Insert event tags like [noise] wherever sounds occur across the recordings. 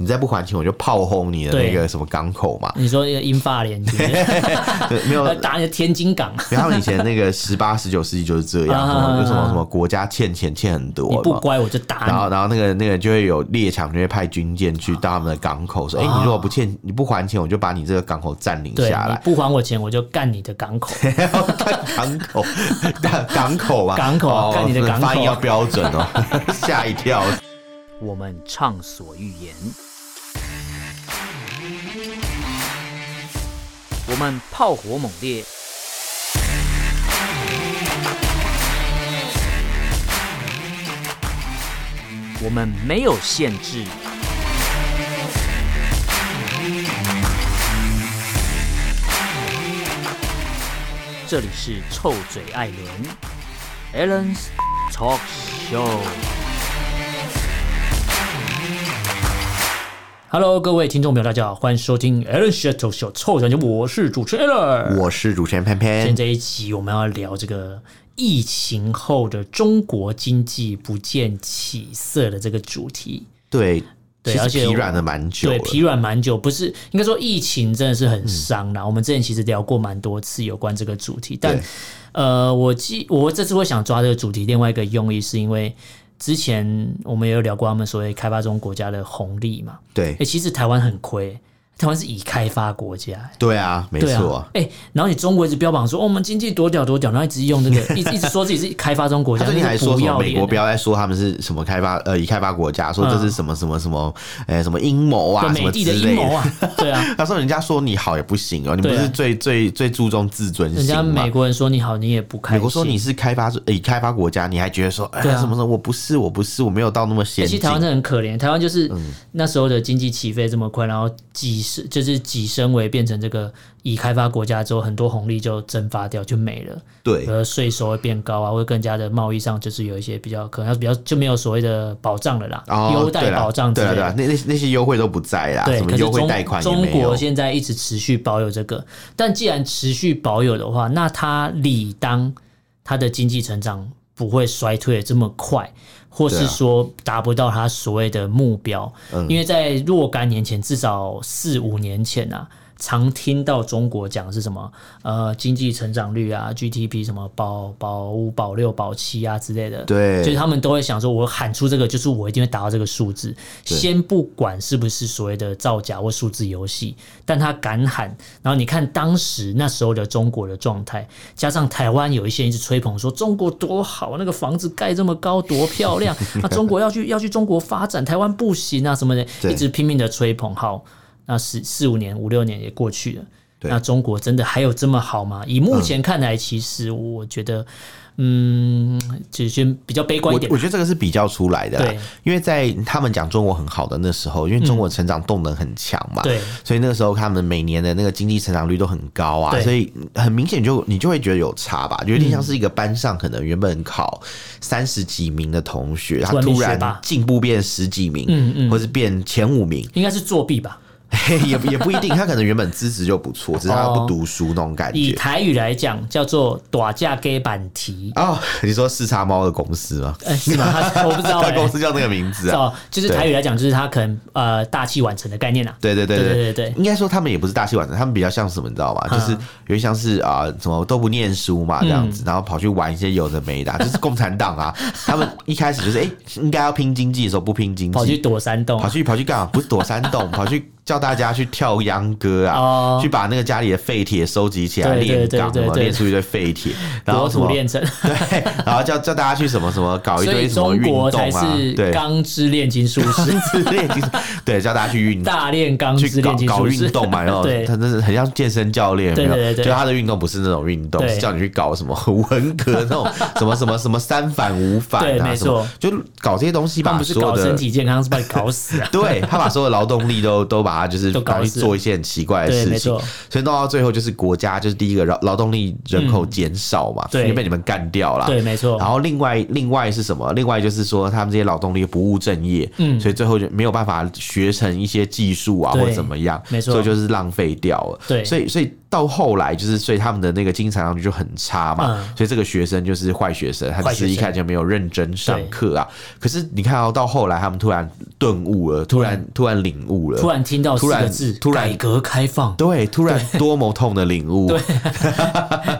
你再不还钱，我就炮轰你的那个什么港口嘛。你说一个英法联军 [laughs] 对，没 [laughs] 有，打你的天津 [laughs] 港，然后以前那个十八、十九世纪就是这 [laughs] 样，什么就什么什么国家欠钱欠很多，啊你有没不有乖我就然后打然后那个那个就会有列强就会派军舰去到他们的港口啊说，哎、你如果不欠你不还钱，我就把你这个港口占领你，对，下你来。不还我钱我就干你的港口。港口，港港口 [laughs] 吧，港口哦看你的港口发音要标准哦， [laughs] 吓一跳。 [laughs] 我们畅所欲言，我们炮火猛烈，我们没有限制，这里是臭嘴艾伦 a l l e n s Talk Show。 Hello，各位听众朋友，大家好，欢迎收听 Alan s h a t o Show 臭小姐，我是主持人 Alan。我是主持人潘今天潘，这一集我们要聊这个疫情后的中国经济不见起色的这个主题。对，其对实而且疲我软了蛮久了对，，疲软蛮久，不是应该说疫情真的是很伤啦。我们之前其实聊过蛮多次有关这个主题，嗯但对呃，我记我这次会想抓这个主题，另外一个用意是因为之前我们也有聊过他们所谓开发中国家的红利嘛。对哎、其实台湾很亏，台湾是已开发国家、欸对啊，没对错、啊，哎、然后你中国一直标榜说、哦我们经济多屌多屌，然后一直用这 [laughs] 个，一直一直说自己是开发中国他家，最近啊那是还说不什么要美脸啊国的不要再说他们是什么开发呃已开发国家，说这是什么什么什么，呃什么阴谋啊对什么美之帝的阴类谋的。啊，对啊，他说人家说你好也不行哦，你不对啊是最最最注重自尊人心家吗美？国人说你好，你也不开美心。国说你是开发呃已开发国家，你还觉得说哎对啊哎呀什么什么我不是我不是我没有到那么先其进实台湾真的很可怜，台湾就是嗯那时候的经济起飞这么快，然后几十就是几升为变成这个已开发国家之后，很多红利就蒸发掉就没了，对而税收会变高啊，会更加的贸易上就是有一些比较可能比较就没有所谓的保障了啦，哦优、对待啦保障之对类啦的。对啦，那那那些优惠都不在啦，对，啊什可么是优惠中贷款也中没有国。现在一直持续保有这个，但既然持续保有的话，那它理当它的经济成长不会衰退得这么快，或对是啊嗯说达不到它所谓的目标。因为在若干年前，至少四五年前啊。常听到中国讲是什么呃经济成长率啊 GDP 什么保保五保六保七啊之类的，对就是他们都会想说，我喊出这个，就是我一定会达到这个数字。对先不管是不是所谓的造假或数字游戏，但他敢喊，然后你看当时那时候的中国的状态，加上台湾有一些人一直吹捧说中国多好，那个房子盖这么高多 [laughs] 漂亮，那中国要去要去中国发展，台湾不行啊什么的，对一直拼命的吹捧。好，那十四五年、五六年也过去了。对那中国真的还有这么好吗？以目前看来，其实我觉得，嗯，只是比较悲观一我点我。觉得这个是比较出来的啦对，因为在他们讲中国很好的那时候，因为中国成长动能很强嘛，对所以那个时候他们每年的那个经济成长率都很高啊对，所以很明显就你就会觉得有差吧，有点像是一个班上可能原本考三十几名的同学，他突然变突学然霸进步变十几名，嗯嗯或是变前五名， [laughs] 应该是作弊吧。也也不一定，他可能原本资质就不错，只是他不读书那种感哦以觉。台语来讲，叫做“打架给板题哦，你说四叉猫的公司吗”，？呃，是 [laughs] 吗？他我不知道、他欸，公司叫那个名字 [laughs] 啊？哦，就是台语来讲，就是他可能呃大器晚成的概念啊啦。对对对对对对对嗯对应该说他们也不是大器晚成，他们比较像什么，你知道吗？就是有点像是啊、什么都不念书嘛这样子，嗯然后跑去玩一些有的没 [laughs] 的啊、就是共产党啊。他们一开始就是哎、诶应该要拼经济的时候不拼经济，跑去躲山洞跑，去跑去干嘛？不是躲山 [laughs] 洞，跑去叫大家去跳秧歌啊，哦去把那个家里的废铁收集起来对对炼对钢，对什么对炼出一堆废铁，然后国什土么炼成， [laughs] 对，然后叫叫大家去什么什么搞一所以堆什么中运国才动啊，是对，钢之炼金 [laughs] 术师，之类的， [laughs] 对，叫大家去运动。啊大炼钢之去搞炼金搞术师运。 [laughs] 动嘛，然后对他真是很像健身教练，有没有对对对对就他的运动不是那种运动，对是叫你去搞什么 [laughs] 文革那种什么什么什么三反五反对啊，没什么错就搞这些东西他把们不是所有搞身的。！体健康，是把你搞死啊对他把所有劳动力都都把 [laughs] 把它就是都搞拿去死做一些很奇怪的对事没情错，所以弄到最后就是国家就是第一个劳劳动力人口减少嘛，嗯对因为被你们干掉了。对，没错。然后另外另外是什么？另外就是说他们这些劳动力不务正业，嗯所以最后就没有办法学成一些技术啊对或者怎么样，没错所以就是浪费掉了。对所以所以到后来就是所以他们的那个精神上就很差嘛，嗯所以这个学生就是坏学生，他只坏学是生一看就没有认真上课啊。可是你看到、到后来他们突然顿悟了，突然突然领悟了，嗯突然听到四突然个字“突然改革开放对，突然多么痛的领悟，”，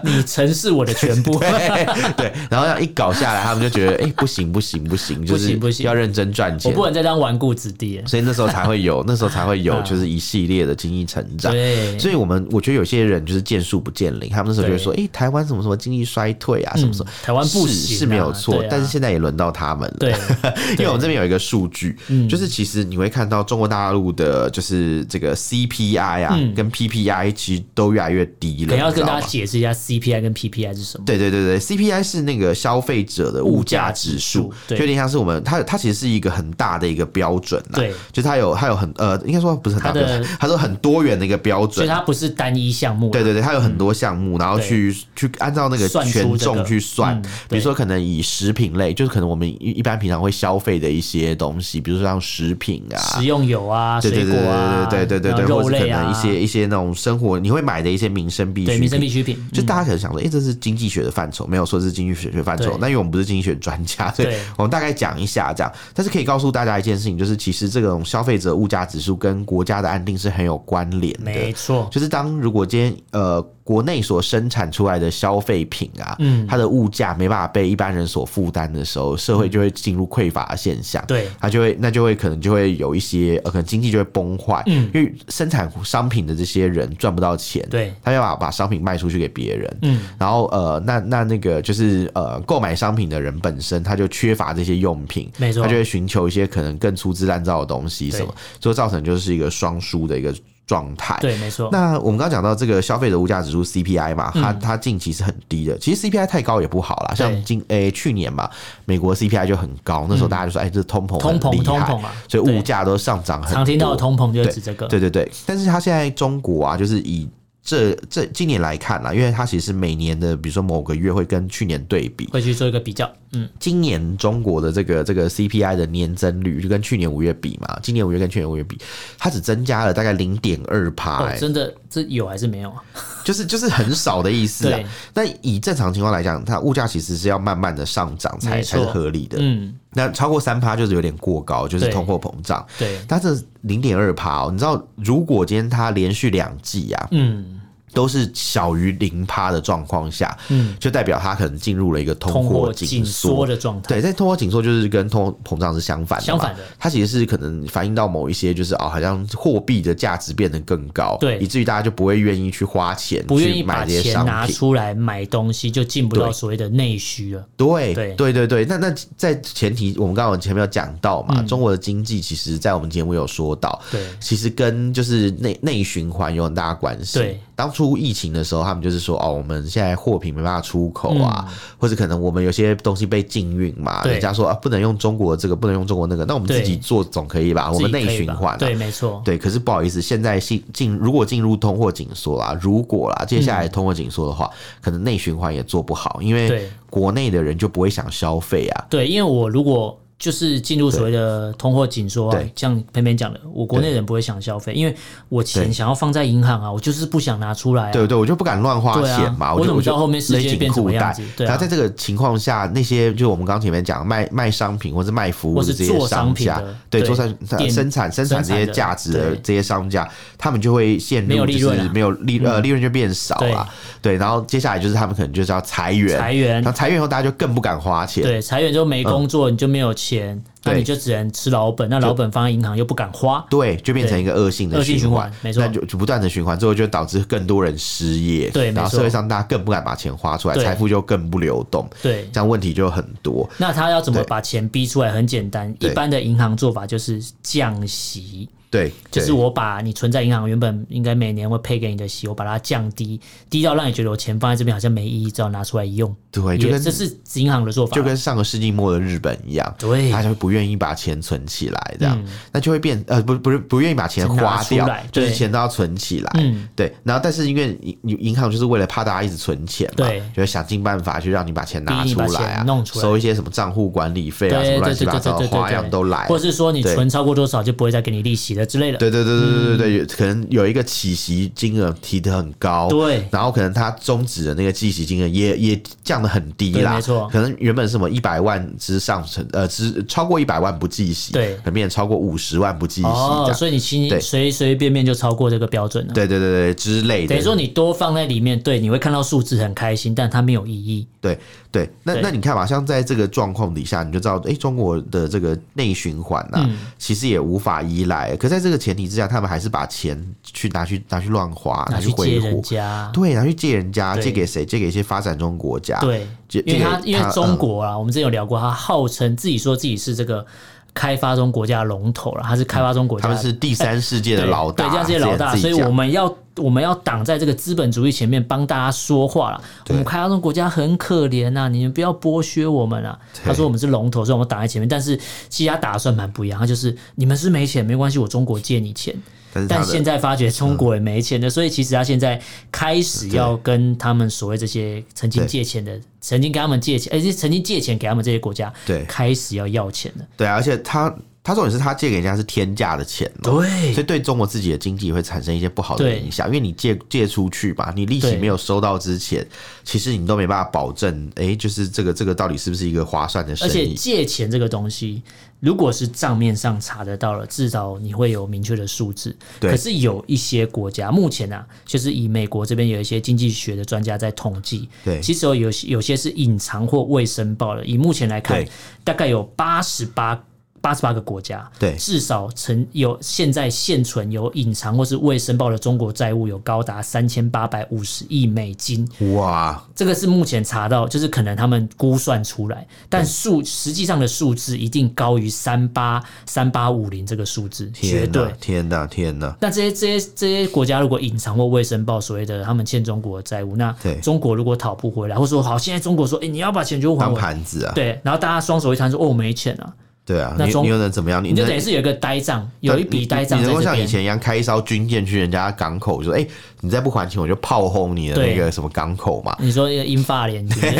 你曾是我的全 [laughs] 部。对 [laughs] 对，然后这样一搞下来，他们就觉得，哎、不行不行不行，就不是行不行要认真赚我钱。不能再当顽固子弟了。所以那时候才会 [laughs] 有，那时候才会有，啊就是一系列的经济成长。对，啊所以我们我觉得有些人就是见树不见林，他们那时候就会说，哎、台湾什么什么经济衰退啊，什么什么，嗯台湾不是行啊是没有错，对啊但是现在也轮到他们了。 [laughs] 对嗯因为我们这边有一个数据，就是其实你会看到中国大陆的，就是这个 CPI 啊，跟 PPI 其实都越来越低了，嗯可能要你知跟道吗大家解释一下 CPI 跟 PPI 是什么。对对对对，CPI 是那个消费者的物价指数物价指数，就对有点像是我们它它其实是一个很大的一个标准啦，对就它有它有很呃，应该说不是很大它标的准，它说很多元的一个标所准以。它不是单一项目啦。对对对，它有很多项目，然后对去去按照那个算出权这个重去算嗯，比对如说可能以食品类，就是可能我们一一般平常会消费的一些东西，比如说像食品啊，食用油啊，对对水对果啊，对对对对对，然后或肉者可类能啊，一些一些那种生活你会买的一些民生必需对品，民生必需品，就嗯大家可能想说，哎、这是经济学的范畴，没有说是经济学学范畴对。那因为我们不是经济学专家，所以对我们大概讲一下这样。但是可以告诉大家一件事情，就是其实这种消费者物价指数跟国家的安定是很有关联没的。错，就是当如果今天呃国内所生产出来的消费品啊，嗯它的物价没办法被一般人所负担的时候，社会就会进入匮乏的现象。对它就会那就会可能就会有一些呃，可能经济就会崩坏，嗯因为生产商品的这些人赚不到钱，对他要把把商品卖出去给别人，嗯，然后呃，那那那个就是呃，购买商品的人本身他就缺乏这些用品，没错他就会寻求一些可能更粗制滥造的东西什么，就造成就是一个双输的一个状态，对，没错，那我们刚刚讲到这个消费者物价指数 CPI 嘛，它哦嗯它近期是很低的。其实 CPI 太高也不好啦，像对今诶、去年嘛，美国 CPI 就很高，那时候大家就说，哎、这通膨嗯通很厉膨害通膨啊，所以对物价都上涨很多。常听到的通膨就是指这个，对对对，但是它现在中国啊，就是以这这今年来看啦，因为它其实每年的，比如说某个月会跟去年对比，会去做一个比较，嗯，今年中国的这个这个 CPI 的年增率就跟去年五月比嘛，今年五月跟去年五月比，它只增加了大概零点二趴，哦欸，真的这有还是没有啊？就是就是很少的意思啊对。但以正常情况来讲，它物价其实是要慢慢的上涨才没才错是合理的。嗯，那超过三趴就是有点过高，就是对通货膨胀。对，它这零点二趴哦，你知道，如果今天它连续两季啊嗯，都是小于零趴的状况下，嗯，就代表它可能进入了一个通通货货紧紧缩缩。的状态，对，在通货紧缩就是跟通货膨胀是相反的嘛，相反的它其实是可能反映到某一些就是哦，好像货币的价值变得更高，对以至于大家就不会愿意去花钱，不愿意买把这些商钱拿品。出来买东西，就进不到对所谓的内需了。对对对对对，那那在前提，我们刚刚有前面有讲到嘛，嗯中国的经济其实，在我们节目有说到，对其实跟就是内内循环有很大的关系。对，当初疫情的时候，他们就是说哦，我们现在货品没办法出口啊，或者可能我们有些东西被禁运嘛，嗯对人家说啊，不能用中国这个，不能用中国那个，那我们自对己做总可以吧？我们自己内可以循吧环、啊，对，没错，对，可是不好意思，现在进进如果进入通货紧缩啦，如果啦，接嗯下来通货紧缩的话，可能内循环也做不好，因为对国内的人就不会想消费啊。对，因为我如果就是进入所谓的通货紧缩啊对，像偏偏讲的，我国内人不会想消费，因为我对钱想要放在银行啊，我就是不想拿出来啊。哎对对，我就不敢乱花对啊钱嘛，我就怎么我知就道后面世勒界紧变什裤么样带子。对啊然后在这个情况下，那些就是我们刚前面讲卖卖商品或是卖服务或的是这些做商商品家的，对对做商店生产生产生这产些的价值的对这些商家，他们就会陷入没有利就是润啊没有利呃利润就变少了。对，然后接下来就是他们可能就是要裁员，裁员然后裁员以后大家就更不敢花钱。对，裁员之后没工作，你就没有钱，那嗯对你就只能吃老本，那老本放在银行又不敢花，对，就变成一个恶性的恶性循环环，没错那就就不断的循环，最后就导致更多人失业，对没然后错社会上大家更不敢把钱花出来，对财富就更不流动，对。这样问题就很多。那他要怎么对把钱逼出来？很简单，一对般的银行做法就是降息，对，就是对我把你存在银行原本应该每年会配给你的息，我把它降低，低到让你觉得我钱放在这边好像没意义，只好拿出来用。对，就也跟这是银行的做法，就跟上个世纪末的日本一样，对嗯大家就不愿意把钱存起来，这样、那就会变呃不不是不愿意把钱钱拿花掉出来，就是对钱都要存起来。嗯对，然后但是因为银银行就是为了怕大家一直存钱嘛对，就会想尽办法去让你把钱拿逼你出把来啊，钱弄出来收一些什么账户管理费啊，什对么对乱七对八对糟对的对花对样都来，啊或者是说你对存超过多少就不会再给你利息了之类的。对对对对对对对，嗯有可能有一个起息金额提得很高，对然后可能它终止的那个计息金额也也降得很低对啦，没错可能原本是什么一百万之上，呃，之超过一百万不计息，对可能变成超过五十万不计息这哦，样，所以你其实对随随便便就超过这个标准了。对对对对之类的等于，说你多放在里面，对，你会看到数字很开心，但它没有意义。对对，那对那你看嘛，像在这个状况底下，你就知道，哎、中国的这个内循环呐、嗯其实也无法依赖。可在这个前提之下，他们还是把钱去拿去拿去乱花，拿拿去借挥人霍，家，对，拿去借人家，对借给谁？借给一些发展中国家。对，借，因借为给他因为中、嗯国啊，我们之前有聊过，他号称自己说自己是这个开发中国家的龙头了，他是开发中国家他的们是第三世界的对老大，对，这样是老大，之前所自己以我讲们要我们要挡在这个资本主义前面帮大家说话了。我们开发中国家很可怜呐、你们不要剥削我们啊。他说我们是龙头，所以我们挡在前面，但是其实他打的算蛮不一样，他就是你们是没钱没关系，我中国借你钱，但是他但的现在发觉中国也没钱了，所以其实他现在开始要跟他们所谓这些曾经对借钱的、曾经给他们借钱，而且曾经借钱给他们这些国家，对开始要要钱了。对啊，而且他他重点是他借给人家是天价的钱、哦，所以对，对中国自己的经济会产生一些不好的对影响，因为你借借出去吧，你利息对没有收到之前，其实你都没办法保证，哎、就是这个这个到底是不是一个划算的而生且意？借钱这个东西，如果是账面上查得到了，至少你会有明确的数字。对可是有一些国家，目前啊，就是以美国这边有一些经济学的专家在统计，对其实有有些有些是隐藏或未申报的。以目前来看对，大概有八十八。八十八个国家，对至少曾有现在现存有隐藏或是未申报的中国债务有高达三千八百五十亿美金，哇，这个是目前查到，就是可能他们估算出来，但数实际上的数字一定高于三八三八五零这个数字，天哪绝对，。天哪，天哪！那这些这些这些国家如果隐藏或未申报所谓的他们欠中国的债务，那对中国如果讨不回来，或说好，现在中国说，哎、你要把钱全部还当我，盘子啊，对，然后大家双手一摊说，哦，我没钱啊，对啊，那你中你又能怎么样？你你就能等于是有一个呆账，有一笔呆账你在能够这像以边。前一样开一艘军舰去人家港口，就说：“哎、你再不还钱，我就炮轰你的那个什么港口嘛。你说那哎个英法 [laughs] 联军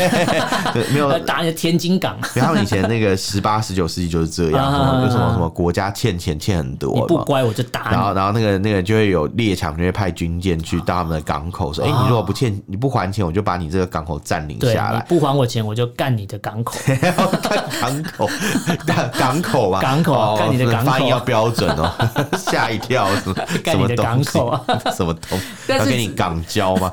对，没有。打你的天津港，然后以前那个十八、十九世纪就是这样，啊什么就什么什么国家欠钱欠很多你嘛，不乖我就打你然。后，然后那个那个就会有列强就会派军舰去到他们的港口，说：“哎、啊你如果不欠，你不还钱，我就把你这个港口占领对，下你来。不还我钱，我就干你的 [laughs] 港口。港口，港港口嘛， [laughs] 港口啊哦干你的港口发音要标准哦， [laughs] 吓一跳，什么什干你么的东西港口啊，什么东西，但要是给你港交吗？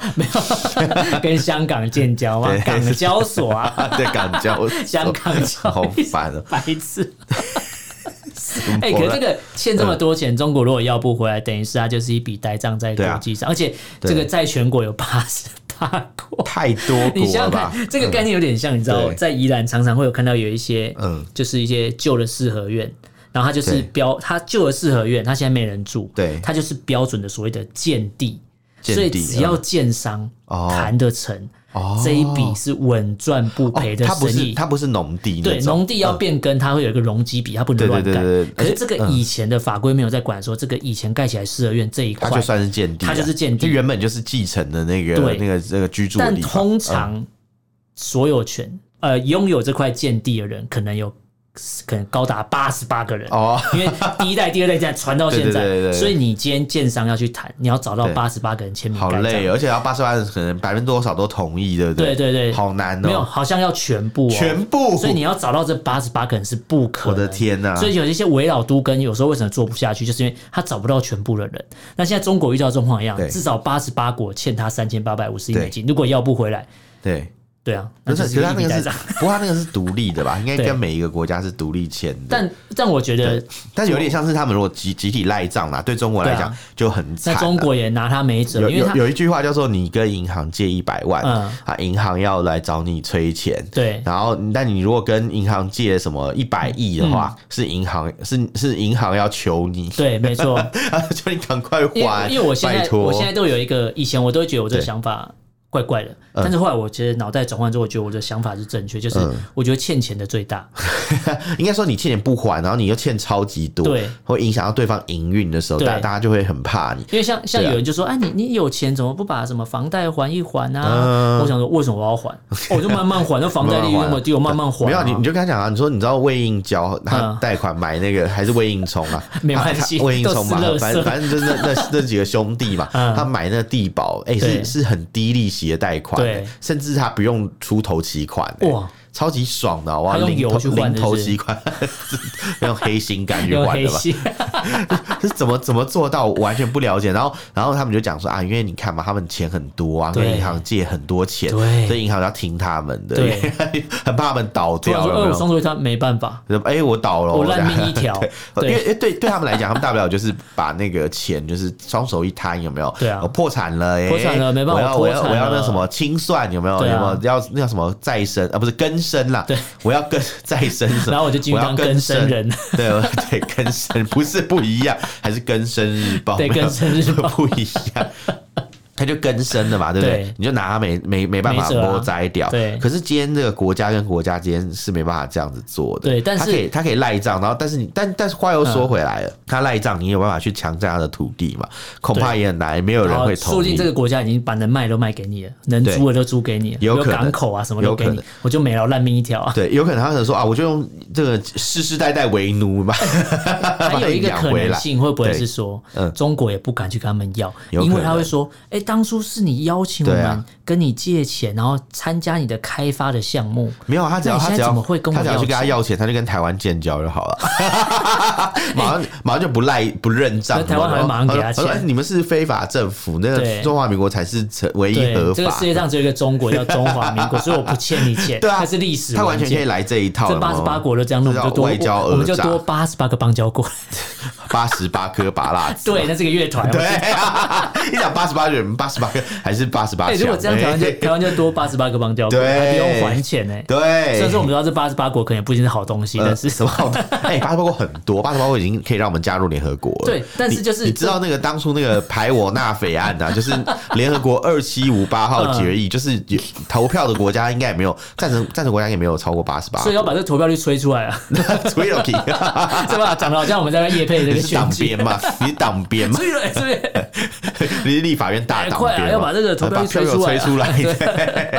跟香港建交啊对，港交 [laughs] 所啊，对，港交香港交易好烦哦、 [laughs] 白痴。喔！哎、可是这个欠嗯这么多钱，中国如果要不回来，等于是它就是一笔呆账在啊国际上，而且这个在全国有八十八国。太多你国想了想吧？嗯看，这个概念有点像，你知道，对在宜兰常常会有看到有一些，嗯就是一些旧的四合院，然后它就是对标，它旧的四合院，它现在没人住，对它就是标准的所谓的建地，建所以地嗯只要建商哦谈得成，哦这一笔是稳赚不赔的它哦不生是意。它不是农地那对，种，农地要变更，它会有一个容积比，它不能对对乱盖对对对。可是而且嗯这个以前的法规没有在管说，这个以前盖起来四合院这一它块，就算是建地啊，它就是建地这原本就是继承的那个对那个那个居住的但地方。嗯通常所有权呃拥有这块建地的人，可能有可能高达八十八个人。 [laughs] 哦，因为第一代、第二代这样传到现 [laughs] 在，对对对对对所以你今天建商要去谈，你要找到对八十八个人签名好盖章累，哦，而且要八十万，可能百分之多少都同意，对不对对？对对，好难哦，没有，好像要全部、哦，全部，所以你要找到这八十八个人是不可我能。的天啊呐！所以有一些围绕都跟有时候为什么做不下去，就是因为他找不到全部的人。那现在中国遇到的状况一样对，至少八十八国欠他三千八百五十亿对美金，如果要不回来，对，对啊，那不是，就可是是他一那笔个呆是账。，不过他那个是独立的 [laughs] 吧？应该对跟每一个国家是独立签的。但但我觉得但是有点像是他们如果集集体赖账啦，对中国来对啊讲就很惨在啊。中国也拿他没辙，有因为啊有他有一句话叫做“你跟银行借一百万，嗯啊，银行要来找你催钱。”对然后，但你如果跟银行借什么一百亿的话，嗯是银行是是银行要求你， [laughs] 对，没错。叫你赶快因还。为因为我现拜在托，我现在都有一个，以前我都会觉得我这个对嗯想法怪怪的。但是后来我其实脑袋转换之后，我觉得我的想法是正确，就是我觉得欠钱的最大。 [laughs] 应该说你欠钱不还，然后你又欠超级多，对，会影响到对方营运的时候，对大大家就会很怕你。因为像像对啊有人就说，哎、你你有钱怎么不把什么房贷还一还嗯啊？我想说，为什么我要还？哦我就慢慢还，那房贷利率那么低，我慢慢还、啊。没有，你你就跟他讲啊，你说你知道魏应交他嗯贷款买那个 [laughs] 还是魏应冲啊 [laughs] ，没关他系他魏应冲嘛都是垃圾，反正反正 [laughs] 就是那那那几个兄弟嘛，嗯他买那个地保，哎，是对是很低利息的贷款对，甚至他不用出头期款，哎哇，超级爽的，哇，他用零油头去换零的头是期款， [laughs] 用黑心干去有 [laughs] 换黑的吧？心，是怎么怎么做到？我完全不了解。然后，然后他们就讲说啊，因为你看嘛，他们钱很多啊，对跟银行借很多钱，对所以银行要听他们的，对， [laughs] 很怕他们倒突然 [laughs] 掉说，了。哎，有我没有上周他没办法，就哎、我倒了，我这样。烂命一条因为对因为 [laughs] 哎对 [laughs] 对他们来讲，他们大不了就是把那个钱就是双手一摊，有没有？对啊我破产了、哎破产了没办我法要我要我破产我要那了什么清算，有没有？对啊有没有要那叫什么再生啊？不是更生啦，对，我要更再生什么。 [laughs] 然后我就进去要当更更生人， [laughs] 对我对，更生不是不一样，还是更生日报，对哦没有更生日报 [laughs] 不一 [laughs] 样。他就更生了嘛，对不对？对你就拿他没没没办法没辙啊摸摘掉。对可是今天这个国家跟国家之间是没办法这样子做的。对但是嗯他可以他可以赖账，然后但是你但但是话又说回来了，他赖账，你有办法去强占他的土地嘛？恐怕也很难，没有人然后会说不同定意这。个国家已经把能卖都卖给你了，能租的都租给你了，有可能港口啊什么都给有可你能，我就没了，烂命一条啊。对，有可能他可能说啊，我就用这个世世代代为奴嘛，还有一把你个可养回能来性，会不会对是说嗯，中国也不敢去跟他们要，有因为可他会能说，哎，当初是你邀请我对啊们跟你借钱，然后参加你的开发的项目，没有，他只要那他你现在只要怎么会跟我他只要去要跟他钱要钱，他就跟台湾建交就好了， [laughs] 马 [laughs] 上马上就不赖不认账，那台湾还然后马上给他说钱哎你们是非法政府，那个对中华民国才是成唯一对合，这个法世。界上只有一个中国叫中华民国， [laughs] 所以我不欠你钱，对啊它是历史他完文全可以件。来这一套这了嘛，八十八国都这样弄，我这们叫就多啊外交我我们就讹诈多八十八个邦 [laughs] 交国。八十八颗拔蜡 [laughs] 子，对，那是个乐团。啊对，啊一讲八十八人，八十八个还是八十八哎，强？如果这样台湾就哎台湾就多八十八个邦交国，对还不用还钱呢。对， [laughs] 虽然说我们知道这八十八国可能也不一定是好东西，呃但是什么 [laughs] 好的？哎，八十八国很多，八十八国已经可以让我们加入联合国了。对但是你就是你知道那个当初那个排我纳匪案 [laughs] 啊，就是联合国二七五八号决嗯议，就是有投票的国家应该也没有赞成赞成国家也没有超过八十八，所以要把这个投票率吹出来啊， [laughs] 所以有 [laughs] 题，是吧？讲的好像我们在那夜配这你个是党选举。鞭嘛？你是党鞭 [laughs] 嘛？所以呢，所 [laughs] 以呢你是立法院大哎党快啊鞭嘛？要把这个投票把率票给我吹吹出出来啊来，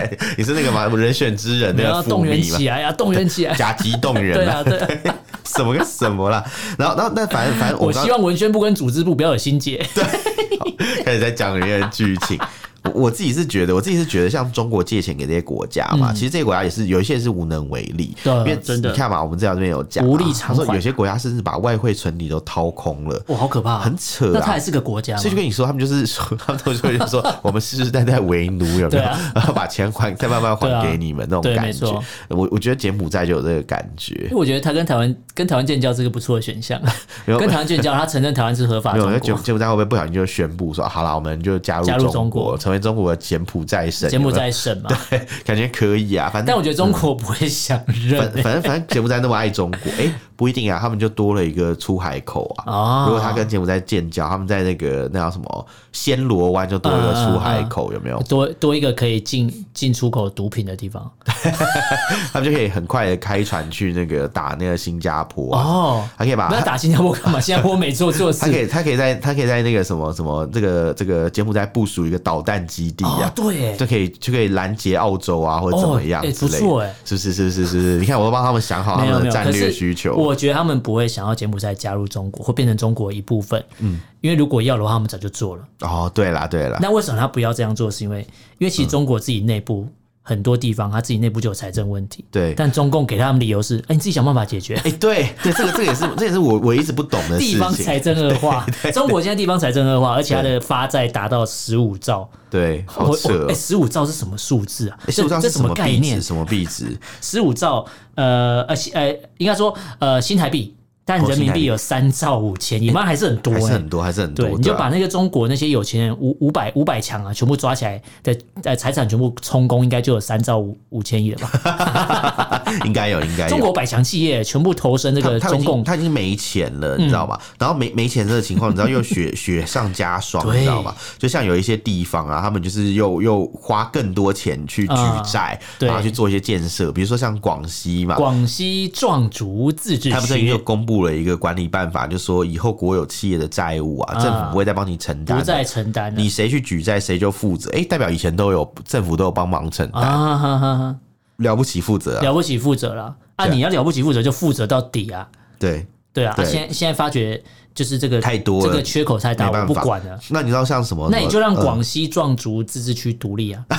[laughs] 对你是那个嘛人选之人我们那要个复 [laughs] 啊动员辟嘛起？来呀，动 [laughs] 员起来。夹击动对人啊，啊， [laughs] 对啊， [laughs] 什么跟什么啦？然后，然后，那反正反正我我刚希望文宣部跟组织部不要有心结。 [laughs] 开始在讲人家的剧情。我我自己是觉得，我自己是觉得，像中国借钱给这些国家嘛，其实这些国家也是有一些是无能为力，嗯对啊因为真的你看嘛，我们之前这边有讲啊，无力偿还他说有些国家甚至把外汇存底都掏空了，哇，好可怕啊！很扯那它啊还。是个国家吗所以就跟你说，他们就是说，他们都会说，我们世世代代为奴，有没对有啊？然后把钱还，再慢慢对啊还给你们那种对感没觉错。我我觉得柬埔寨就有这个感觉因为。我觉得他跟台湾跟台湾建交是个不错的选项，啊 [laughs] 有跟台湾建交，他承认台湾是合法没有，那啊中柬柬国。埔寨会不会不小心就宣布说，好了，我们就加入加入中中国国，成为中国的柬埔寨省？柬埔有没有寨省嘛， [laughs] 感觉可以啊，反正但我觉得中国不会想 [laughs] 认反反正反正柬埔寨那么爱中国， [laughs] 哎、不一定啊，他们就多了一个出海口啊。哦如果他跟柬埔寨建交，他们在那个那叫什么暹罗湾就多一个出海口，啊有没有？多多一个可以进进出口毒品的地方他们就可以很快的开船去那个打那个新加坡、啊，哦。还可以把那他。打新加坡干嘛？新加坡没做错事啊 [laughs] 他可以，他可以在，他可以在那个什么什么，这个这个柬埔寨部署一个导弹基地哦啊，，对，就可以就可以拦截澳洲啊，或者怎么样哦哎之类不错哎的，是不是？是不是？是不是？你看，我都帮他们想好他没有们的没有战可略是需求。我觉得他们不会想要柬埔寨加入中国，或变成中国一部分。嗯，因为如果要的话，他们早就做了。哦，对啦，对啦，那为什么他不要这样做？是因为因为其实中国自己内部很多地方，他自己内部就有财政问题。嗯对但中共给他们理由是：哎，你自己想办法解 [laughs] 决。哎、对对，这个这个也是这也是我我一直不懂的事情。地方财政恶化，中国现在地方财政恶化，而且它的发债达到十五兆，对，好扯、哦哎，。十五兆是什么数字啊？哎是不是这这什什么么概币念值？？什么币值？十五兆，呃呃新呃，应该说呃新台币，但哦人民币有三兆五千，你妈还是很多、还是欸很。多，还是很多。对，你就把啊那个中国那些有钱人五五百五百强啊，全 [laughs] 部抓起来的呃财产全部充公，应该就有三兆五五千亿了吧？应该有，应该有。中国百强企业全部投身这他个哎他们已中经共，嗯他已经没钱了，你知道吗？然后没没钱这个情况，你知道又雪雪上加霜，对你知道吗？就像有一些地方啊，他们就是又又花更多钱去举啊债，对然后去做一些建设，比如说像广西嘛。广西壮族自治他们最近区又公布了一个管理办法，就说以后国有企业的债务啊，嗯政府不会再帮你承担不了，再承担了你谁去举债谁就负责。哎、代表以前都有政府都有帮忙承担，啊哈哈哈，了不起负责、啊，了不起负责了啊！对啊你要了不起负责就负责到底啊，对。对啊。啊对现在现在发觉就是这个太多了这个缺口太大，没办我法不管了。那你知道像什么？那你就让呃广西壮族自治区独立啊， [laughs]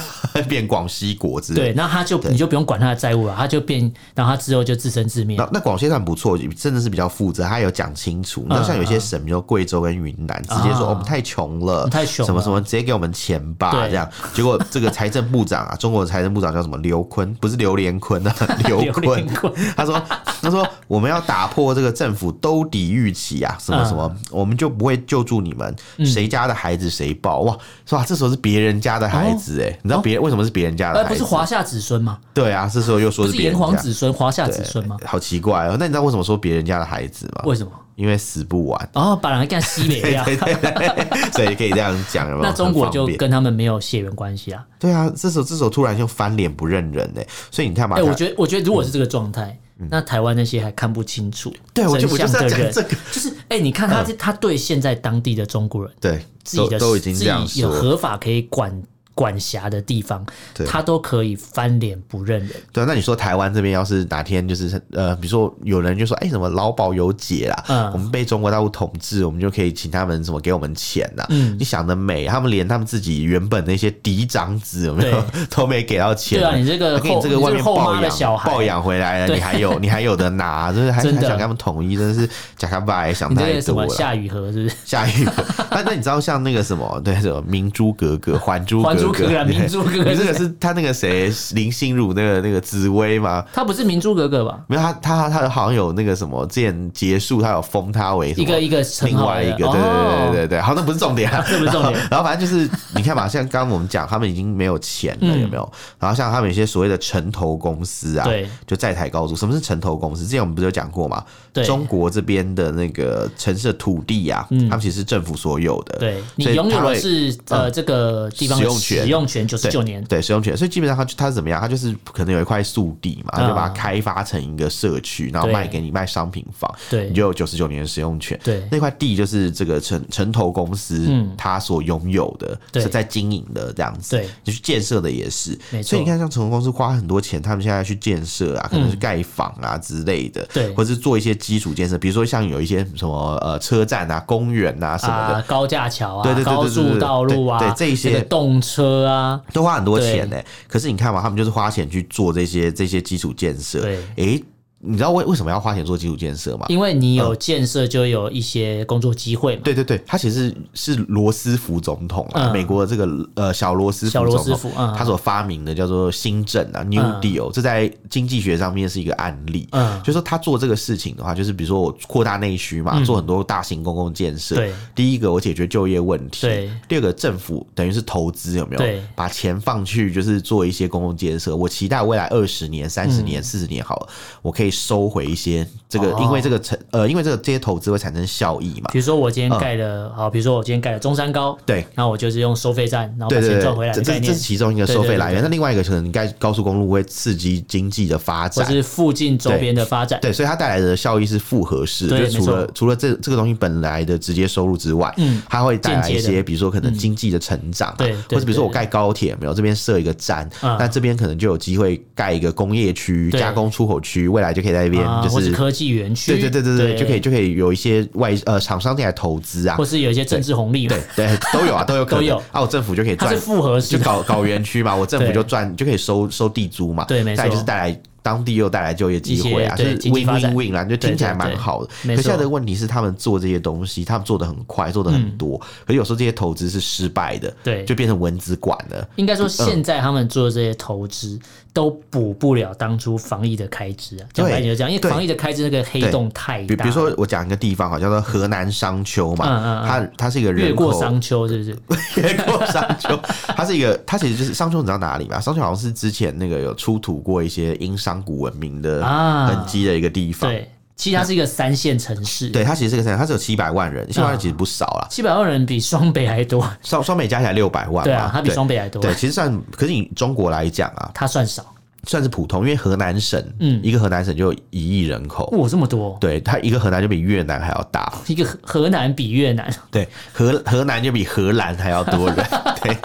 变广西国之类的对，那他就你就不用管他的债务了，他就变，然后他之后就自生自灭那。那广西算不错，真的是比较负责，他有讲清楚。那像有些省，比如贵州跟云南，直接说、嗯啊哦我们太穷了，太穷了什么什么，直接给我们钱吧，对这样。结果这个财政部长啊，中 [laughs] 国的财政部长叫什么？刘坤，不是刘连坤 [laughs] 啊，刘坤连。坤他说：“他说我们要打破这个政府兜底预期啊，什么什嗯么，我们就不会救助你们，谁家的孩子谁抱哇！是吧？这时候是别人家的孩子哎、你知道别人、为什么是别人家的呃，孩子？哦不是华夏子孙吗？对啊，这时候又说不是别炎人黄家，子孙、华夏子对孙吗？好奇怪哦。那你知道为什么说别人家的孩子吗？为什么？，因为死不完 [laughs] 哦然后把人干西北呀，对对对，所以可以这样讲，有没有那中国很就方便跟他们没有血缘关系啊。对啊，这时候这时候突然就翻脸不认人呢、欸所以你看嘛，哎、我得觉得，我觉得如果是这个状态，那台湾那些还看不清楚嗯对我就我就真相是要的讲人，这个，就是哎、你看他这、他对现在当地的中国人对，自己都的都已经这样自己有说，合法可以管管辖的地方对，他都可以翻脸不认人。对啊，那你说台湾这边要是哪天就是呃，比如说有人就说，哎、什么劳保有解啦，嗯我们被中国大陆统治，我们就可以请他们什么给我们钱呐、嗯你想得美，他们连他们自己原本那些嫡长子有没有 [laughs] 都没给到钱对呢，啊，你这个还给后你这个外面后抱妈的养小孩，抱养回来了，对你还有你还有的拿，就是还还真的想跟他们统一，真的是假卡拜想你这太个什多么了。夏雨荷是不是？下 [laughs] 雨，那那你知道像那个什么对什么明珠格格、还珠还珠格格格啊格、明珠格格 [laughs] 你这个是他那个谁林心如那个那个紫薇吗？他不是明珠格格吧？没有，他他他好像有那个什么，之前结束他有封他为什么一个一个称另号外一的个，对对对哦对对，好，那不是重点啊， [laughs] 这不是重点然 [laughs] 后。然后反正就是你看嘛，像刚刚我们讲，他们已经没有钱了，嗯有没有？然后像他们有一些所谓的城投公司啊，对，就在台高筑。什么是城投公司？之前我们不是有讲过嘛？对中国这边的那个城市的土地啊，他们其实是政府所有的，嗯对你所以拥有他的会嗯是呃这个地方使的用权使用权九十九年，对使用权，所以基本上它就它是怎么样？它就是可能有一块宿地嘛，它就把它开发成一个社区，然后嗯对卖给你卖商品房，对你就有九十九年的使用权。对那块地就是这个城城投公司它所拥有的，嗯对是在经营的这样子，对，就去建设的也是。没错嗯所以你看，像城投公司花很多钱，他们现在去建设啊，可能是盖房啊之类的，对或者是做一些基础建设，比如说像有一些什么呃车站啊、公园啊什么的啊，，高架桥对啊，对对对高对对速对道路啊，对对这一些个动车啊，都花很多钱呢、可是你看嘛，他们就是花钱去做这些这些基础建设。对诶、你知道为为什么要花钱做基础建设吗？因为你有建设，就有一些工作机会嘛。对对对，他其实是罗斯福总统啊，嗯美国的这个呃小罗斯福小罗斯总福统，嗯他所发明的叫做新政啊 （New 嗯 Deal），、这在经济学上面是一个案例。嗯就是说他做这个事情的话，就是比如说我扩大内需嘛，做很多大型公共建设。嗯对，第一个我解决就业问题，对第二个政府等于是投资有没有？对把钱放去就是做一些公共建设。我期待未来二十年、三十年、四十年好了，我可以收回一些这个，嗯哦因为这个成呃，因为这个这些投资会产生效益嘛。比如说我今天盖了，好，比如说我今天盖了中山高，嗯对，然后我就是用收费站，然后对把对钱对赚回，来这的这概这念是，其中一个收费来对对对对源。那另外一个可能你盖高速公路会刺激经济的发或展。是附近周边的发展。对，所以它带来的效益是复合式的，对就是除没了错除了这这个东西本来的直接收入之外，嗯它会带来一间接嗯些，比如说可能经济的成长啊，对对或者比如说我对盖高铁，有没有这边设一个站，嗯那这边可能就有机会盖一个工业区、对加工出口区，未来就可以在那边啊，就或是是科技园区，对对对对对，就可以，就可以有一些外呃厂商进来投资啊或，是有一些政治红利嘛， [laughs] 对，都 [laughs] 有啊，都有可都能有啊，我政府就可以它赚是复合式就的，搞搞园区 [laughs] 嘛，我政府对就赚就可以收收地租嘛，对没错再来就是带来当地又带来就业机会啊，一就些是对经济 win 发展 win win 啦，就听起来对对对蛮好的。没可现在错的问题是，他们做这些东西，他们做的很快，做的很多，可是有时候这些投资是失败的，嗯对就变成文资管了。应该说，现在他们做的这些投资都补不了当初防疫的开支啊。讲白一点就这样，因为对防疫的开支那个黑洞太大。比比如说，我讲一个地方哈，啊叫做河南商丘嘛，嗯嗯嗯它它是一个越人过口商丘，是不是？越过商丘，它是一个，它其实就是商丘，你知道哪里吗？商丘好像是之前那个有出土过一些殷商港古文明的啊痕迹的一个地方。对，其实它是一个三线城市，对，它其实这个城，它只有七百万啊人，七百万人其实不少啦。七百万人比双北还多，双双北加起来六百万嘛，对啊，它比对双北还多，对，其实算，可是以中国来讲啊，它算少，算是普通，因为河南省，嗯一个河南省就有一亿人口，哇，这么多，对，它一个河南就比越南还要大，一个河河南比越南，对，河河南就比荷兰还要 [laughs] 多人，对，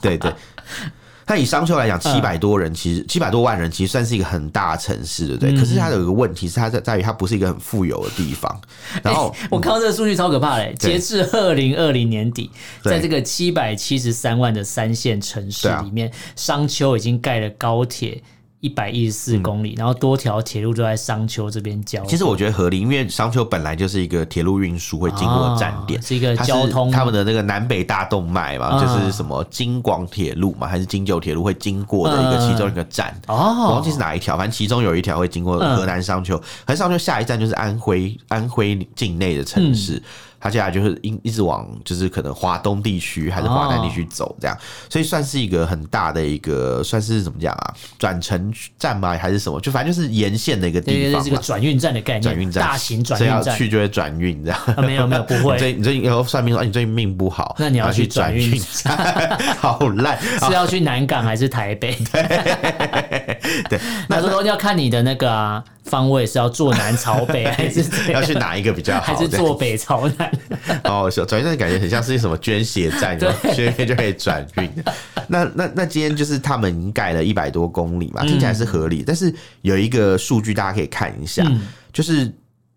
对对。那以商丘嗯来讲，七百多人，其实七百多万人，其实算是一个很大的城市，对不对？可嗯是它有一个问题是，它在在于它不是一个很富有的地方。然后 [laughs] 我看到这个数据超可怕嘞！对截至二零二零年底，对在这个七百七十三万的三线城市对啊里面，商丘已经盖了高铁一百一十四公里，然后多条铁路都在商丘这边交。嗯其实我觉得合理，因为商丘本来就是一个铁路运输会经过的站点，啊是一个它是交通他们的那个南北大动脉嘛，啊就是什么京广铁路嘛，还是京九铁路会经过的一个嗯其中一个站。我忘哦记，是哪一条，反正其中有一条会经过嗯河南商丘，河南商丘下一站就是安徽，安徽境内的城市，它接下来就是一一直往就是可能华东地区还是华南地区走这样，所以算是一个很大的一个算是怎么讲啊，转乘站吗还是什么？就反正就是沿线的一个对地对方对，嘛。这个转运站的概念，转运站，大型转所以运要站。去就会转运 [laughs] 这样。啊，没有没有，不你会最你最近有算命说，哎，你最近命不好，那你要然后去去转运运站， [laughs] 好烂。是要去南港还是 [laughs] 台北？对，那时候要看你的那个啊方位是要坐南朝北还是怎 [laughs] 要样去哪一个比较好？还是这样坐北朝 [laughs] 南？哦，小转运站感觉很像是什么捐血站， [laughs] 有没有捐血就可以转运。那那那今天就是他们盖了一百多公里嗯嘛，听起来是合理，但是有一个数据大家可以看一嗯下，就是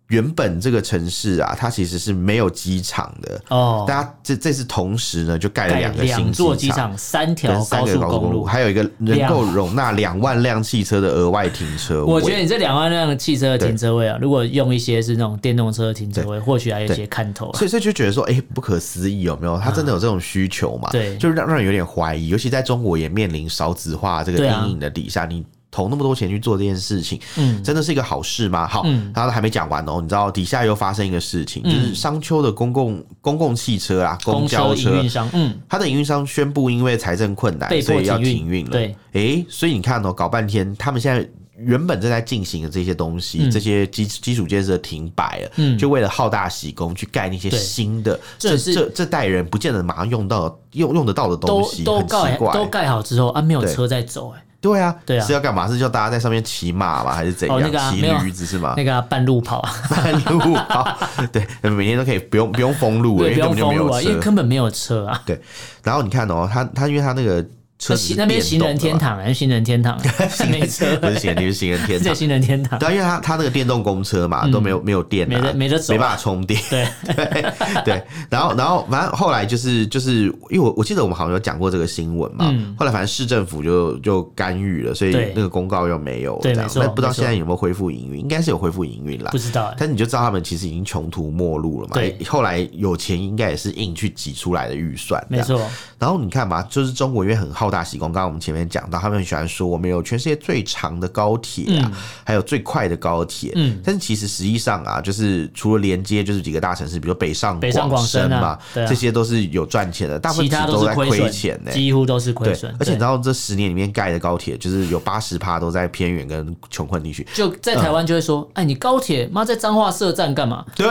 原本这个城市啊，它其实是没有机场的。哦，大家这这次同时呢，就盖了盖两个新两座机机场，场，三条跟高三个速高速公公路，路。还有一个能两够容纳两万辆汽车的额外停车位。我觉得你这两万辆的汽车的停车位啊，如果用一些是那种电动车的停车位，或许还有一些看头啊。所以，所以就觉得说，哎、不可思议，有没有？他真的有这种需求嘛？对就是让让人有点怀疑，尤其在中国也面临少子化这个对啊阴影的底下，你投那么多钱去做这件事情，嗯真的是一个好事吗？好，嗯他还没讲完哦，你知道底下又发生一个事情，就是商丘的公共公共汽车啊，公公交车营车运。商，嗯，它的营运商宣布，因为财政困难被，迫所以要停运停运了。对，诶、所以你看哦，搞半天，他们现在原本正在进行的这些东西，这些基基础建设停摆了，嗯就为了好大喜功去盖那些对新的，这这是这这代人不见得马上用到用用得到的东都西，都很奇盖怪。都盖好之后啊，没有对车在走，哎，对啊，对啊是要干嘛？是叫大家在上面骑马吗？还是怎样？哦那个啊骑没有驴子是吗？ [laughs] 那个啊半路跑啊，半路 [laughs] 跑，对，每天都可以不用不用封路了，对，因不为根本用就没封有路啊，因为车。根本没有车啊。对，然后你看哦，他他因为他那个车子是那行 [laughs] 那边行人电天动的嘛，堂，哎行人天堂，哎没车， [laughs] 不 [laughs] 是行人天，是行人天在堂。行人天堂，对啊，因为他他那个电动公车嘛，都没有没有电、啊，没得没得走啊没办法充电。对 [laughs] 对对，然后然后反正后来就是就是，因为我我记得我们好像有讲过这个新闻嘛，嗯后来反正市政府就就干预了，所以对那个公告又没有对这样没，错但不知道没错现在有没有恢复营运，应该是有恢复营运啦不。知道哎。但你就知道他们其实已经穷途末路了嘛对。后来有钱应该也是硬去挤出来的预算，没。错，然后你看嘛，就是中国因为很好大喜功，刚刚我们前面讲到，他们很喜欢说我们有全世界最长的高铁啊，还有最快的高铁。嗯但是其实实际上啊，就是除了连接就是几个大城市，比如北上北上广广深啊嘛，对啊这些都是有赚钱的，大部分其他其实都在是亏损钱呢、几乎都是亏对损，。而且你对知道这十年里面盖的高铁，就是有八十趴都在偏远跟穷困 [laughs] 地区。就在台湾就会嗯说，哎，你高铁妈在彰化设站干 [laughs] 嘛？对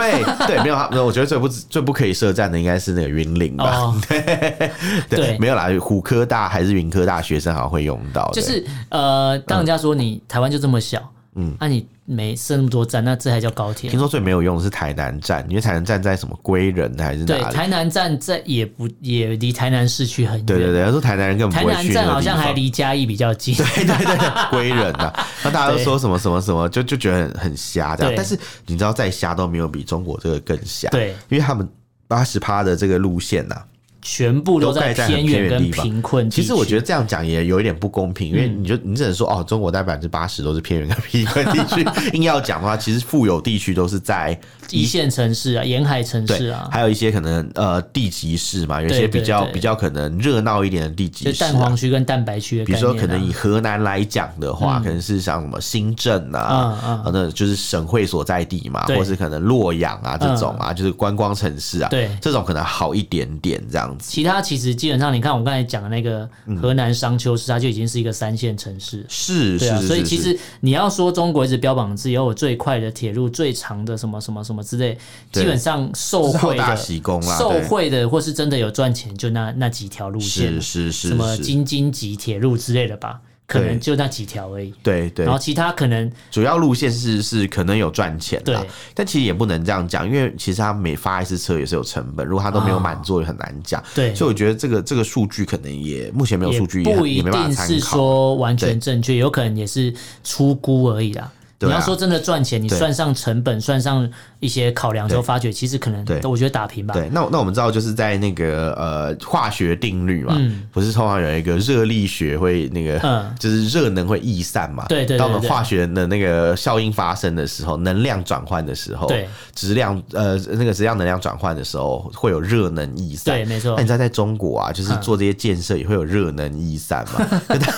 对，没有他，没有我觉得最不最不可以设站的应该是那个云林吧？哦， [laughs] 对没有啦，虎科大还是云科大学生好像会用到，就对是呃，当人家说你台湾就这么小，嗯，那、你没设那么多站，那这还叫高铁听？说最没有用的是台南站，因为台南站在什么归仁还是哪对，里？台南站在也不也离台南市区很远，对对对，他说台南人根本台不会南去那站个好地像还方。离嘉义比较近， [laughs] 对对对， [laughs] 归仁呐，那大家都对说什么什么什么，就就觉得很很瞎这样。对但是你知道，再瞎都没有比中国这个更瞎，对因为他们八十趴的这个路线呐、全部都盖在在很偏偏远跟地方贫困其实我觉得得这样讲也有一点不公平，因为嗯你就你只能说哦，中国大概百分之八十都是偏远跟贫困地区， [laughs] 硬要讲的话，其实富有地区都是在一线城市啊，沿海城市对，啊，还有一些可能呃地级市嘛，有一些对对比较对比较可能热闹一点的地就级市、蛋啊黄。区跟蛋白区的比概如念、啊，嗯说，可能以河南来讲的话，可能是像什么新郑啊，嗯嗯啊那就是省会所在地嘛，对嗯或是可能洛阳啊这种啊，就是观光城市啊，对这种可能好一点点这样样子。其他其实基本上，你看我刚才讲的那个河南商丘市，它就已经是一个三线城市。是对是啊，是，所以是其是实你要说中国一直标榜自己有最快的铁路、最长的什么什么什么之类，对基本上受是好惠大的、喜功啦，受对惠的或是真的有赚钱，就那那几条路线是嘛，是是什么是京津冀铁路之类的吧，可对能就那几条而已。对对然，后其他可能主要路线是是可能有赚钱啦对，但其实也不能这样讲，因为其实他每发一次车也是有成本，如果他都没有满座也很难讲。对所以我觉得这个这个数据可能也目前没有也数据也不很一也没办定法是参考。啊说完对全正确，有可能也是出估而已啦。对你啊要说真的赚钱，你对算上成本，算上一些考量之后，发觉其实可能对，我觉得打平吧。对，那那我们知道就是在那个呃化学定律嘛，不是通常有一个热力学会那个，嗯就是热能会逸散嘛。对对对当我们对化学的那个效应发生的时候，能量转换的时候，对，质量呃那个质量能量转换的时候会有热能逸散。对没错嗯那你知道在中国啊，就是做这些建设也会有热能逸散 [laughs] 嘛？ [laughs] 就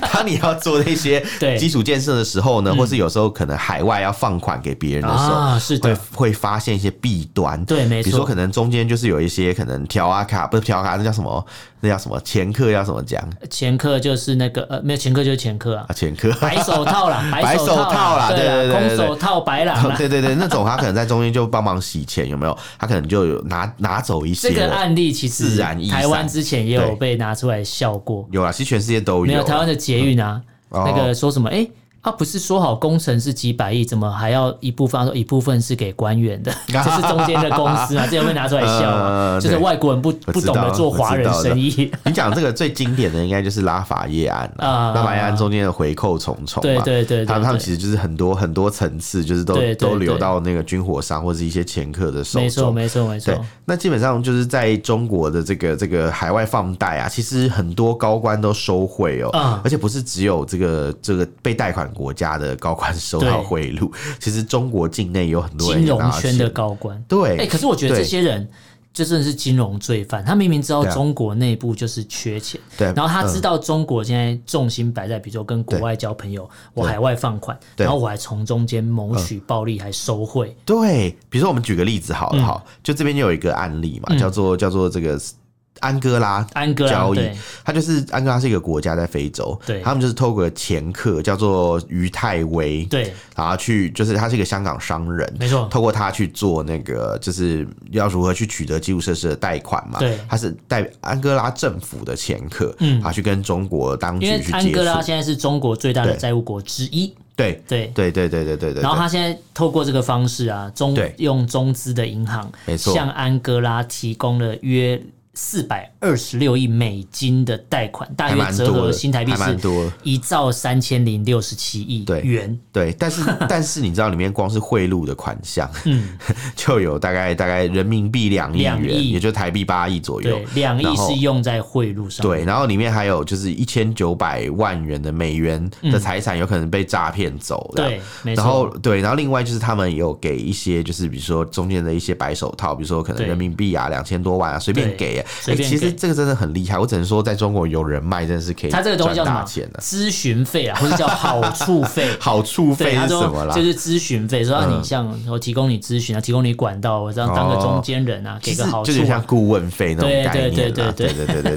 当当你要做那些对嗯基础建设的时候呢，或是有时候可能海外要放款给别人的时候，啊是的会会发现一些弊端。对没比如说错可能中间就是有一些可能调啊卡，不是调啊卡，那叫什么？那叫什么？前客要怎么讲啊？前科就是那个呃，没有前科就是前科啊，前 [laughs] 客。白手套 [laughs] 啦，白手手套啦啦，对对啦，对对空手套白狼哦啦。[laughs] 对对对，那种他可能在中间就帮忙洗钱，有没有？他可能就有拿拿走一些这个啊了案例其实自然逸散台湾之前也有对被拿出来笑过，有啊，其实全世界都没有有。台湾的捷运啊，嗯那个说什么哎。诶啊，不是说好工程是几百亿，怎么还要一部分说一部分是给官员 [laughs] 的？这是中间的公司嘛，这些会拿出来笑嘛，呃就是对外国人不我不知懂道得做我华知人道生意。你讲这个最经典的应该就是拉法叶案啦， [laughs] 啊拉法叶案中间的回扣重重嘛，对对对对他们他们对其实就是很多很多层次，就是都对对都流对到那个军火商或者一些前客的手没错，中。没错，没错对。，那基本上就是在中国的这个这个海外放贷啊，其实很多高官都收贿哦，嗯而且不是只有这个这个被贷款国家的高官收到对贿赂，其实中国境内有很多人金也拿融到圈的钱高官，对，哎、可是我觉得对这些人就真的是金融罪犯，他明明知道对啊中国内部就是缺钱，对然后他嗯知道中国现在重心摆在，比如说跟国外交朋友，我海外放款，嗯对嗯然后我还从中间谋取暴利，还收贿，对，比如说我们举个例子嗯好了，好，就这边就有一个案例嘛，叫做叫做这个安哥拉安哥拉交易对，它就是安哥拉是一个国家在非洲，对他们就是透过前客叫做于泰威，，对，然后去就是他是一个香港商人，[laughs] 没错透过他去做那个就是要如何去取得基础设施的贷款嘛，对他是代安哥拉政府的前客，嗯他去跟中国当因局为去安接哥拉触，现在是中国最大的对债务国之一，对。对。对对对对对对，然后他现在透过这个方式啊，中对用中资的银行没，错向安哥拉提供了约四百二十六亿美金的贷款，大还约蛮折多合的，新台币还蛮是多的，一兆三千零六十七亿对元，对，但 [laughs] 是但是你知道里面光是贿赂的款项， [laughs] 就有大概大概人民币两亿嗯两元，亿也就台币八亿左右对，。两然亿后是用在贿赂上，对，然后里面还有就是一千九百万元的美元的财产有可能被诈骗走的。对，没然后错，对，然后另外就是他们也有给一些，就是比如说中间的一些白手套，比如说可能对人民币啊，两千多万啊，随便对给、欸。随便其实给这个真的很厉害，我只能说在中国有人脉真的是可以它这个东赚西叫什大么钱的、？。咨询费啊，或者叫好处费好处对， [laughs] 费是他说什么啦？嗯就是咨询费，说啊让你像我提供你咨询啊，提供你管道，我这样当个哦中间人啊，给其实个好就是处像啊。顾问费那种对概念啦，对对对对对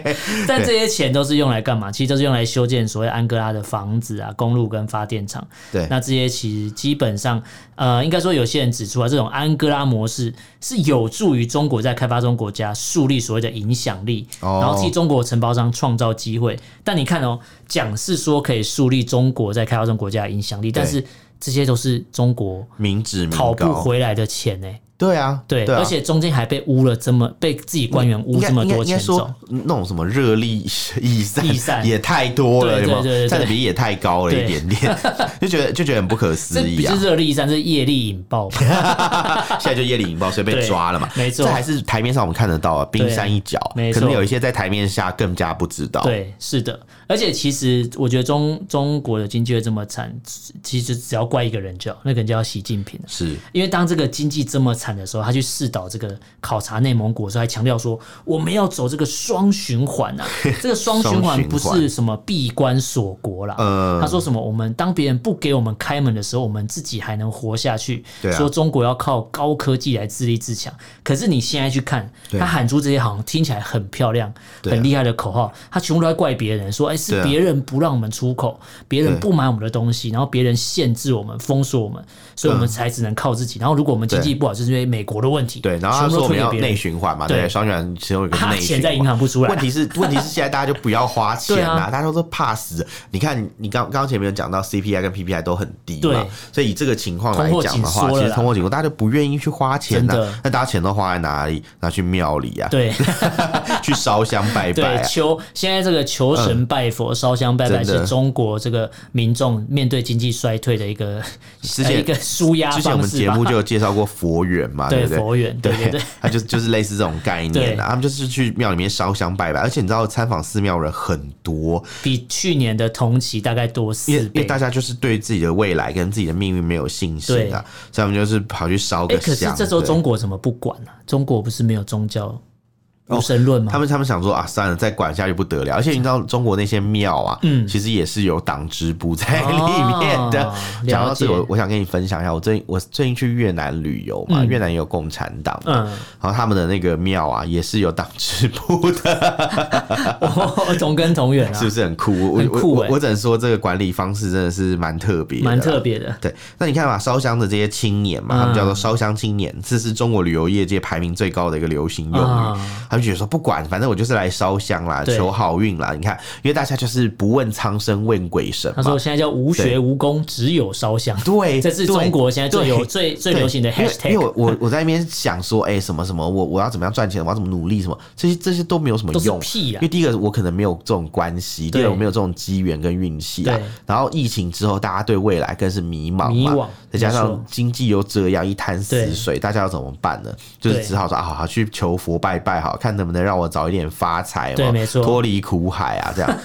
对 [laughs] 但这些钱都是用来干嘛？其实都是用来修建所谓安哥拉的房子啊、公路跟发电厂。对那这些其实基本上，呃，应该说有些人指出啊，这种安哥拉模式是有助于中国在开发中国家树立所谓的影响力，哦然后替中国承包商创造机会。但你看哦，讲是说可以树立中国在开发中国家的影响力，但是这些都是中国民脂民讨不膏，回来的钱呢、对啊，对，啊而且中间还被污了这么被自己官员污应该这么应该多应该钱走说。那种什么热力逸 [laughs] 散逸散也太多了，对有没对对有？对占的比例也太高了一对点 [laughs] 点，就觉得就觉得很不可思这不议是啊！热力战，这是业力引爆吧。现在就夜里引爆，所以被 [laughs] 对抓了嘛。没错这还是台面上我们看得到啊，冰山一角，没可错能有一些在台面下更加不知道。，对，是的。而且其实我觉得中中国的经济会这么惨，其实只要怪一个人就好，那个人就叫习近平了啊是因为当这个经济这么惨的时候，他去试导这个考察内蒙古的时候，还强调说我们要走这个双循环 [laughs] 啊，这个双循环不双循是什么闭关锁国啦，嗯他说什么我们当别人不给我们开门的时候，我们自己还能活下去，对啊说中国要靠高科技来自立自强。可是你现在去看，对他喊出这些好像听起来很漂亮、对啊很厉害的口号，他全部都在怪别人，说哎对是啊别人不让我们出口，别人对不买我们的东西，然后别人限制我们、封锁我们，所嗯以我们才只能靠自己。然后如果我们经济不好，就是因为美国的问题，对，然后他全部说都我推们给要别内人。循环嘛，对对，双循环其中有一个是哈内循钱环。在银行不出来问题是，问题是现在大家就不要花钱对啊大家都怕死。你看，你刚刚前面有讲到 CPI 跟 PPI 都很低嘛对，所以以这个情况来讲的通货紧缩话，了啦其实通货紧缩，大家就不愿意去花钱呐、真的那大家钱都花在哪里？拿去庙里啊，[laughs] [laughs] 对去烧香拜拜对，啊。求现在这个求神拜佛、烧香拜拜真的是中国这个民众面对经济衰退的一个呃之前一个舒压之前我方们式节吧目。就有介绍过佛缘 [laughs] 嘛，对不对？佛缘对 [laughs] 对对，他就就是类似这种概念对啊，他们就是去庙里面烧香拜拜，而且你知道参访寺庙人很多，比去年的同期大概多因为四因为倍。大家就是对自己的未来跟自己的命运没有信心对啊，所以他们就是跑去烧哎、个可是香。这时候对中国怎么不管呢、中国不是没有宗教无神论吗？哦他们他们想说啊，算了，再管下去不得了。而且你知道中国那些庙啊，嗯其实也是有党支部在里面的哦。 [laughs] 讲、了到这解个，我我想跟你分享一下，我最近我最近去越南旅游嘛，嗯越南也有共产党嘛，嗯然后他们的那个庙啊，也是有党支部 [laughs] 的，哦 [laughs] 同根同源啊，是不是很酷？我很我酷我欸我只能说这个管理方式真的是啊蛮特别，蛮特。别的。对，那你看嘛，烧香的这些青年嘛，嗯他们叫做烧香青年，这是中国旅游业界排名最高的一个流行用语。啊他们觉得说，不管，反正我就是来烧香啦，对求好运啦。你看，因为大家就是不问苍生，问鬼神他嘛说。现在叫无学对无功，只有烧香。对，这是对中国现在最对有最最对流行的因为 hashtag 因为我我我在那边想说，哎、什么什么，我我要怎么样赚钱，我要怎么努力，什么这些这些都没有什么都是用，屁因啊为第一个我可能没有这种关系，第对二个我没有这种机缘跟运气啊对。然后疫情之后，大家对未来更是迷茫嘛，迷惘再加没上错经济又这样一滩对死水，大家要怎么办呢？就是对只好说啊，好好去求佛拜拜，好看能不能让我早一点发财嘛，对没错脱离苦海啊，这样。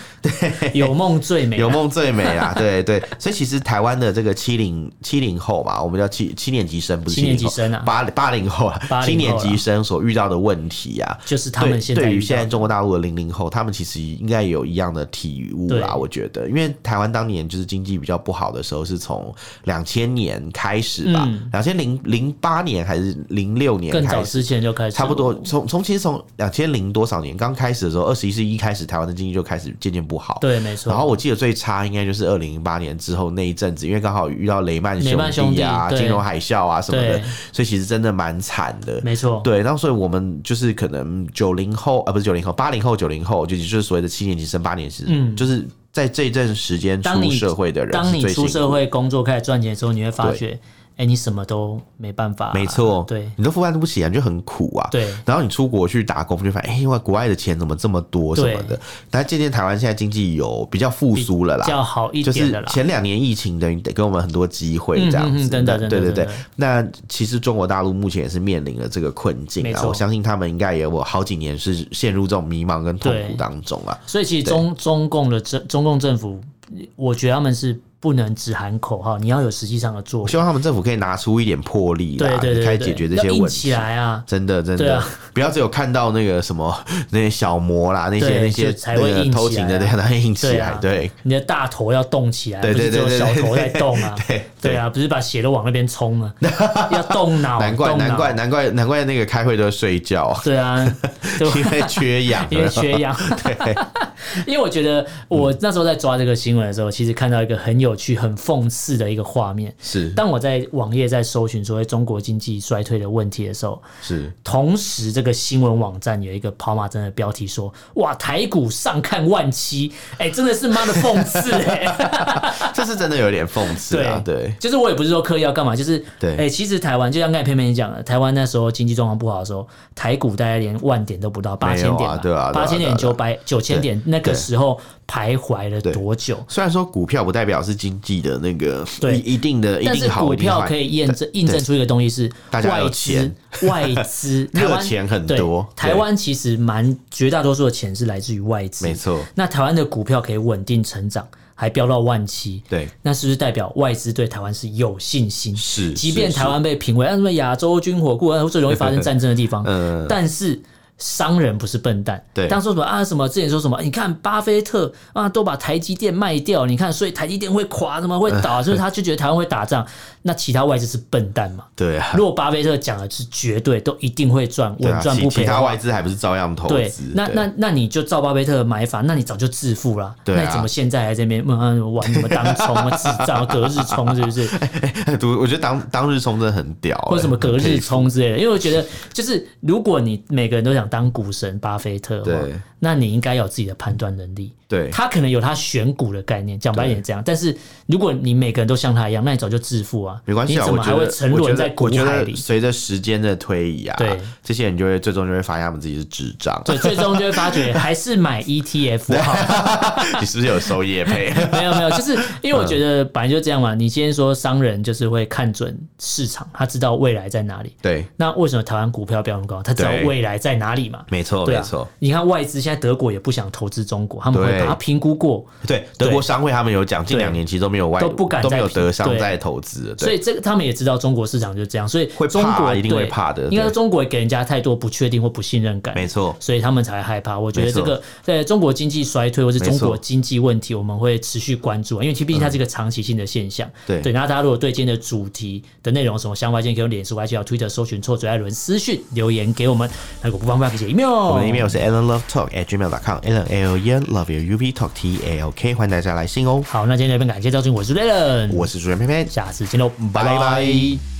[laughs] 有梦最美啊、有梦最美 [laughs] 啦，对对，所以其实台湾的这个七零七零后嘛，我们叫七七年级生，不是七年级70后生啊八八零后啊， 80七年后啦级生所遇到的问题啊，就是他们对现在对于遇现到在的中国大陆的零零后，他们其实应该也有一样的体悟对啦，我觉得，因为台湾当年就是经济比较不好的时候，是从两千年开始吧嗯，两千零零八年还是零六年更开早始。之前就开始，差不多，从从其实从两千零多少年刚开始的时候，二十一世纪一开始，台湾的经济就开始渐渐不好。对，没错。然后我记得最差应该就是二零零八年之后那一阵子，因为刚好遇到雷曼雷曼兄弟弟啊、对金融海啸啊什么的对，所以其实真的蛮惨的。没错，对，然后所以我们就是可能九零后啊，不是九零后，八零后、九零后，就就是所谓的七年级生、八年级生，嗯就是在这一阵时间当出你社会的人，当你出社。会工作开始赚钱的时候，你会发对觉，哎，你什么都没办法、啊没错，对你都负担不起啊，你就很苦啊。对然后你出国去打工，就发现哎，因为国外的钱怎么这么多什么对的。但渐渐台湾现在经济有比较复苏了啦，较好一就点是的啦。前两年疫情等于给我们很多机会这样嗯嗯子，嗯真的那真的对对真对的。那其实中国大陆目前也是面临了这个困没境啊，错我相信他们应该也有好几年是陷入这种迷茫跟痛对苦当中啊。所以其实中中共的政中共政府，我觉得他们是不能只喊口号，你要有实际上的作我为。希望他们政府可以拿出一点魄力对来对对啊开对，始解决这要些硬问起题。来啊！真的，真对的啊，不要只有看到那个什么 [laughs] 那些小魔啦，那些对那些就才会那硬个起来啊偷情的，对，才会硬起对来啊，对，你的大头要动起来，啊对不是对只对有对小头在对动啊。 [laughs] 对对啊，不是把血都往那边冲啊， [laughs] 要动脑，难怪动脑啊难怪。难怪难怪那个开会都会睡觉，对啊，对吧因为缺氧啊 [laughs] 因为缺氧。 [laughs] 对， [laughs] 嗯因为我觉得我那时候在抓这个新闻的时候，其实看到一个很有趣、很讽刺的一个画面。是当我在网页在搜寻所谓中国经济衰退的问题的时候，是，同时这个新闻网站有一个跑马灯的标题说：“哇，台股上看万七，哎、真的是妈的讽刺哎、 [laughs] 这是真的有点讽刺啊，对。就是我也不是说刻意要干嘛，就是对哎、其实台湾就像刚才偏偏你讲的，台湾那时候经济状况不好的时候，台股大概连万点都不到，八没千有啊点吧对啊对啊八千点对九啊百九千点，那个对时候徘徊了对多久？虽然说股票不代表是经济的那个对一一定的一但是定好，股一定票坏可以验证印证出一个东西是大家外有资钱 [laughs] 外资 [laughs] 台热湾钱很对多台对湾其实蛮绝大多数的钱是来自于外资，没错那台湾的股票可以稳定成长，还飙到万七，对，那是不是代表外资对台湾是有信心？是即便是台湾被评为啊什么亚洲军火库，啊最容易发生战争的地方， [laughs] 嗯但是。商人不是笨蛋，对当说什么啊什么，之前说什么，你看巴菲特啊都把台积电卖掉，你看所以台积电会垮，什么会嗯倒，所以他就觉得台湾会打仗，那其他外资是笨蛋嘛？对啊，如果巴菲特讲的是绝对，都一定会赚，对稳啊赚其不其赔的他话外资还不是照样投对资？，那对那那你就照巴菲特的买法，那你早就致富了。对啊那你怎么现在还在那边嗯玩什么当冲啊、智 [laughs] 障、隔日冲是不是？我我觉得当当日冲真的很屌、欸，或者什么隔很佩日服冲之类的？因为我觉得，就是如果你每个人都想当股神巴菲特的话对，那你应该有自己的判断能力。对他可能有他选股的概念，讲白一点这样。但是如果你每个人都像他一样，那你早就致富啊！没关系你啊，怎我么还觉会得沉我觉沦得在股我觉海得里？随着时间的推移啊，对，这些人就会最终就会发现他们自己是智障。对，最终就会发觉还是买 ETF 好。 [laughs] 你是不是有收业 [laughs] 配？没有没有，就是因为我觉得本来就这样嘛。嗯你今天说商人就是会看准市场，他知道未来在哪里。对，那为什么台湾股票标那么高？他知道对未来在哪里嘛？没错，对没啊错。，你看外资现在德国也不想投资中国，他们会对把它评估过，对，德国商会他们有讲，近对两年其实都没有外都不敢都没有再德商对在投资了，所对以这个他们也知道中国市场就是这样，所以会怕中国一定会对怕的应该对说中国给人家太多不确定或不信任感，没错所以他们才害怕。我觉得没错这个在中国经济衰退或是没错中国经济问题，我们会持续关注啊，因为其实毕竟它是一个长期性的现象。对对，那大家如果对今天的主题的内容有什么想法，今天可以用脸书、IG、Twitter 搜寻“臭嘴艾伦”私讯留言给我们。那如果不方便，可以写 email。我们的 email 是 alanlovetalk@gmail.com，alan l n love u u p talk t a l k，欢迎大家来信哦。好，那今天这边感谢赵俊，我是 a l l n 我是主持人偏偏，下次见喽，拜拜。